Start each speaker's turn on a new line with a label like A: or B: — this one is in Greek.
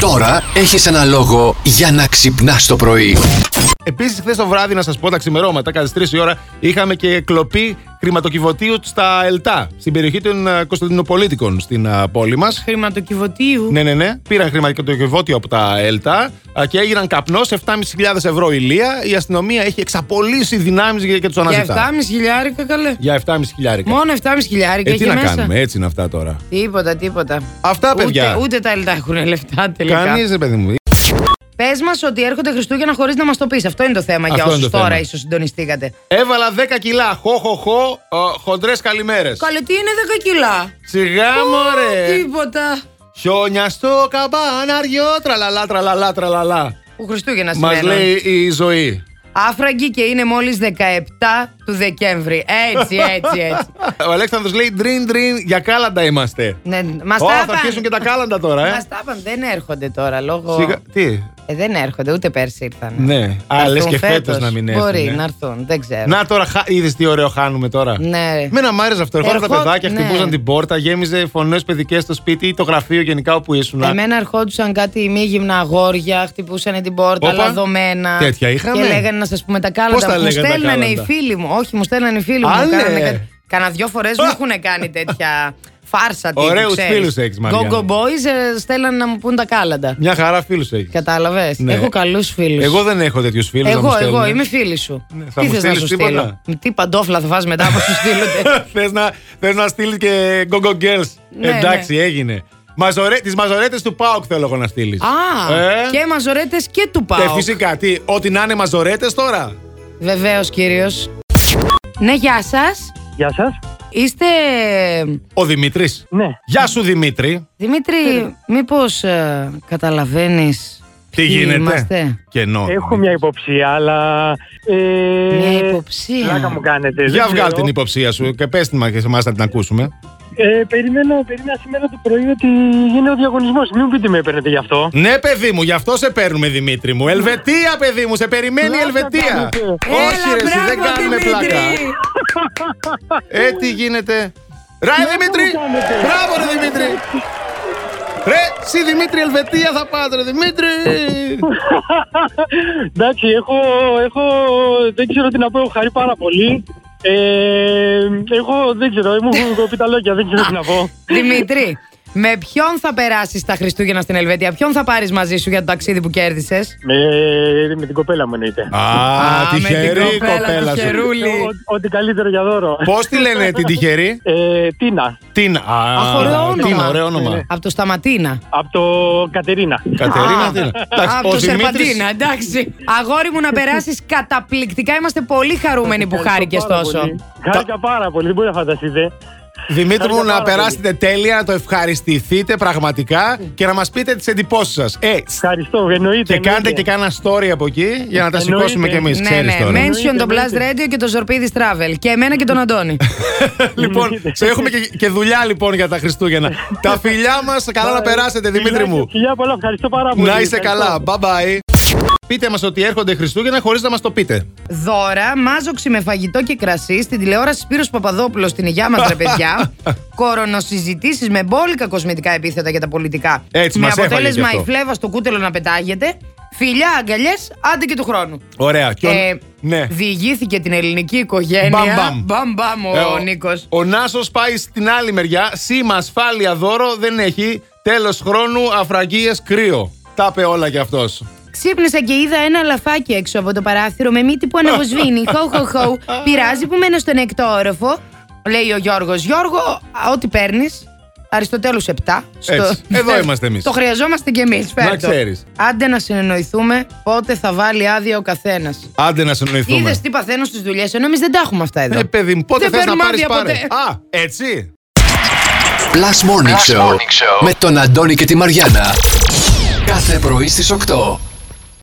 A: Τώρα έχεις ένα λόγο για να ξυπνάς το πρωί.
B: Επίσης, χθες το βράδυ, να σας πω τα ξημερώματα, κατά τι 3 η ώρα, είχαμε και κλοπή χρηματοκιβωτίου στα ΕΛΤΑ, στην περιοχή των ε, Κωνσταντινοπολίτικων στην ε, πόλη μας.
C: Χρηματοκιβωτίου.
B: Ναι, ναι, ναι. Πήραν χρηματοκιβώτιο από τα ΕΛΤΑ α, και έγιναν καπνός 7.500 ευρώ ηλία. Η αστυνομία έχει εξαπολύσει δυνάμεις για, για τους
C: Για
B: αναζητά.
C: 7,5 χιλιάρικα καλέ.
B: Για 7.500. χιλιάρικα.
C: Μόνο 7,5 χιλιάρικα
B: Ε, τι
C: έχει
B: να
C: μέσα.
B: κάνουμε, έτσι είναι αυτά τώρα.
C: Τίποτα, τίποτα.
B: Αυτά, παιδιά.
C: Ούτε, ούτε τα ελτά έχουν λεφτά τελικά.
B: Κανείς, ρε παιδί μου.
C: Πες μας ότι έρχονται Χριστούγεννα χωρίς να μας το πεις. Αυτό είναι το θέμα
B: Αυτό
C: για
B: είναι
C: όσους
B: το
C: τώρα
B: θέμα.
C: ίσως συντονιστήκατε.
B: Έβαλα 10 κιλά. Χω, χω, χω. Χοντρές καλημέρες.
C: Καλέ, τι είναι 10 κιλά.
B: Σιγά μου,
C: Ω,
B: ρε.
C: Τίποτα.
B: Χιονιαστό καμπαναριό. Τραλαλά, τραλαλά, τραλαλά.
C: Ο Χριστούγεννας
B: Μας
C: σημαίνουν.
B: λέει η ζωή.
C: Άφραγγοι και είναι μόλις 17 του Δεκέμβρη. Έτσι, έτσι, έτσι.
B: Ο Αλέξανδρος λέει ντριν ντριν για κάλαντα είμαστε.
C: ναι, μας
B: Ω,
C: τα
B: θα
C: είπαν.
B: αρχίσουν και τα κάλαντα τώρα,
C: Μα
B: ε.
C: τα είπαν, δεν έρχονται τώρα λόγω.
B: Σιγά- Τι.
C: Ε, δεν έρχονται, ούτε πέρσι ήρθαν.
B: Ναι.
C: Θα
B: Α, λες
C: έρθουν
B: και φέτος
C: φέτος.
B: να μην
C: Μπορεί
B: έρθουνε.
C: να έρθουν, δεν ξέρω.
B: Να τώρα, είδες τι ωραίο χάνουμε τώρα.
C: Ε. Ναι, ρε.
B: Μένα μ' άρεσε αυτό. Ερχόταν τα
C: Ερχό-
B: παιδάκια,
C: ναι.
B: χτυπούσαν την πόρτα, γέμιζε φωνές παιδικές στο σπίτι ή το γραφείο γενικά όπου ήσουν.
C: Εμένα ερχόντουσαν κάτι μη γυμνα αγόρια, χτυπούσαν την πόρτα,
B: Όπα.
C: λαδωμένα.
B: Τέτοια είχαμε?
C: Και λέγανε να σας πούμε τα κάλαντα.
B: Πώς τα
C: μου
B: λέγανε τα
C: στέλνανε
B: κάλαντα?
C: οι φίλοι μου. Όχι, μου στέλνανε οι φίλοι μου.
B: Α,
C: μου
B: ναι.
C: κάνανε κάτι. Κάνα δυο φορές μου έχουν κάνει τέτοια φάρσα τύπου.
B: Ωραίους
C: ξέρεις.
B: φίλους έχεις, Μαριάννα.
C: Go-go boys ε, στέλνανε να μου πούν τα κάλαντα.
B: Μια χαρά φίλους έχεις.
C: Κατάλαβες.
B: Ναι.
C: Έχω καλούς φίλους.
B: Εγώ δεν έχω τέτοιους φίλους.
C: εγώ, εγώ, είμαι φίλη σου.
B: Ναι, θα
C: Τι
B: μου
C: θες να
B: στείλεις
C: σου
B: τίποτα?
C: στείλω. Τι παντόφλα θα φας μετά από σου στείλονται.
B: Θες να, θες να στείλεις και go go girls.
C: Ναι,
B: Εντάξει, έγινε. Τις μαζορέτες του Πάοκ θέλω εγώ να στείλεις.
C: Α, και μαζορέτες και του
B: Ε. Και
C: πάω.
B: φυσικά, τι, ό,τι να είναι μαζορέτες τώρα.
C: Βεβαίως, κύριο. Ναι, γεια σας.
D: Γεια σας.
C: Είστε.
B: Ο Δημήτρης.
D: Ναι.
B: Γεια σου, Δημήτρη.
D: Ε.
C: Δημήτρη, μήπω καταλαβαίνεις.
B: Τι γίνεται.
C: Είμαστε.
B: Κενό.
D: Έχω μια υποψία, αλλά. Ε,
C: Μια υποψία.
D: Πλάκα μου κάνετε. δεν
B: Για
D: ξέρω.
B: βγάλ την υποψία σου και πες την μα- σε εμάς να την ακούσουμε.
D: Ε, περιμένω, περίμενα σήμερα το πρωί ότι γίνεται ο διαγωνισμός. Μην μου πείτε με παίρνετε γι' αυτό.
B: Ναι, παιδί μου, γι' αυτό σε παίρνουμε, Δημήτρη μου. Ελβετία, παιδί μου, σε περιμένει η
D: Πλάκα
B: Ελβετία.
D: κάνετε.
B: Όχι, ρε, εσύ, δεν κάνουμε πλάκα. Ε, τι γίνεται. Ρα, Δημήτρη!
D: κάνετε.
B: Μπράβο, ρε, Δημήτρη! Ρε, εσύ Δημήτρη, Ελβετία θα πάτε, ρε, Δημήτρη! Ναι.
D: Εντάξει, έχω, έχω. Δεν ξέρω τι να πω, έχω χαρεί πάρα πολύ. Ε, έχω, δεν ξέρω, μου έχουν κοπεί τα λόγια, δεν ξέρω τι να πω.
C: Δημήτρη, με ποιον θα περάσεις τα Χριστούγεννα στην Ελβετία, ποιον θα πάρεις μαζί σου για το ταξίδι που κέρδισες.
D: Με, με την κοπέλα μου εννοείται.
B: Α, τυχερή κοπέλα
C: τη
B: σου.
C: χερούλη.
D: Ό- Ό,τι καλύτερο για δώρο.
B: Πώς τη λένε την τυχερή?
D: Ε, Τίνα,
B: Την. Α,
C: Αχ, ωραίο όνομα.
B: Την, ωραίο όνομα.
C: Από το Σταματίνα.
D: από το Κατερίνα.
B: Κατερίνα,
C: Α,
B: τι είναι. Εντάξει,
C: Από
B: ο
C: το
B: Δημήτρης-
C: Σερπαντίνα, εντάξει. Αγόρι μου να περάσεις καταπληκτικά. Είμαστε πολύ χαρούμενοι που χάρηκες
D: Ευχαριστώ πάρα
C: τόσο.
D: πολύ. Χάρηκα πάρα πολύ, δεν μπορεί να φανταστείτε.
B: Δημήτρη μου,
D: Χάρηκα
B: να
D: πάρα
B: περάσετε τέλεια, να το ευχαριστηθείτε πραγματικά και να μας πείτε τις εντυπώσεις σας. Ε,
D: Ευχαριστώ, εννοείται.
B: και κάντε
D: εννοείται.
B: και κάνα story από εκεί για να τα
D: Εννοείται.
B: σηκώσουμε κι εμείς,
C: Ναι,
B: ξέρεις
C: ναι.
B: τώρα.
C: Mention το
D: Εννοείται,
C: Blast Radio και το Ζορπίδης Travel. Και εμένα και τον Αντώνη.
B: Λοιπόν, σε έχουμε και, και δουλειά λοιπόν για τα Χριστούγεννα. τα φιλιά μας, καλά να περάσετε, Δημήτρη μου.
D: Φιλιά πολλά, ευχαριστώ πάρα πολύ.
B: να είστε
D: Ευχαριστώ.
B: καλά. Bye bye. Πείτε μας ότι έρχονται Χριστούγεννα χωρίς να μας το πείτε.
C: Δώρα, μάζοξη με φαγητό και κρασί στην τηλεόραση Σπύρος Παπαδόπουλος στην υγειά μας ρε παιδιά. Κορονοσυζητήσεις με μπόλικα κοσμητικά επίθετα για τα πολιτικά.
B: Έτσι,
C: με
B: μας έφαγε
C: αποτέλεσμα
B: κι
C: η
B: αυτό.
C: φλέβα στο κούτελο να πετάγεται. Φιλιά, αγκαλιές, άντε και του χρόνου.
B: Ωραία. Και ο-
C: Ε,
B: ναι.
C: Διηγήθηκε την ελληνική οικογένεια.
B: Μπαμ, μπαμ.
C: μπαμ, ο,
B: Ε,
C: ο Νίκος.
B: Ο Νάσος πάει στην άλλη μεριά. Σήμα ασφάλεια δώρο δεν έχει. Τέλος χρόνου, αφραγίες κρύο. Τα είπε όλα κι αυτός.
C: Ξύπνησα και είδα ένα λαφάκι έξω από το παράθυρο με μύτη που αναβοσβήνει. Χω, χω, χω. Πειράζει που μένω στον εκτό όροφο. Λέει ο Γιώργος. Γιώργο, α, ό,τι παίρνεις. Αριστοτέλους 7.
B: Έτσι. Εδώ είμαστε εμείς.
C: Το χρειαζόμαστε κι εμείς.
B: Να ξέρεις.
C: Άντε να συνεννοηθούμε πότε θα βάλει άδεια ο καθένας.
B: Άντε να συνοηθούμε.
C: Είδες τι παθαίνω στις δουλειές, ενώ εμείς δεν τα έχουμε αυτά εδώ.
B: Ε, παιδί μου, πότε
C: Δεν
B: θες να
C: παίρνουμε
B: πάρεις
C: άδεια
B: πάρε.
C: ποτέ.
B: Α, έτσι.
A: Plus Morning, Show, με τον Αντώνη και τη Μαριάνα. Κάθε πρωί στις 8.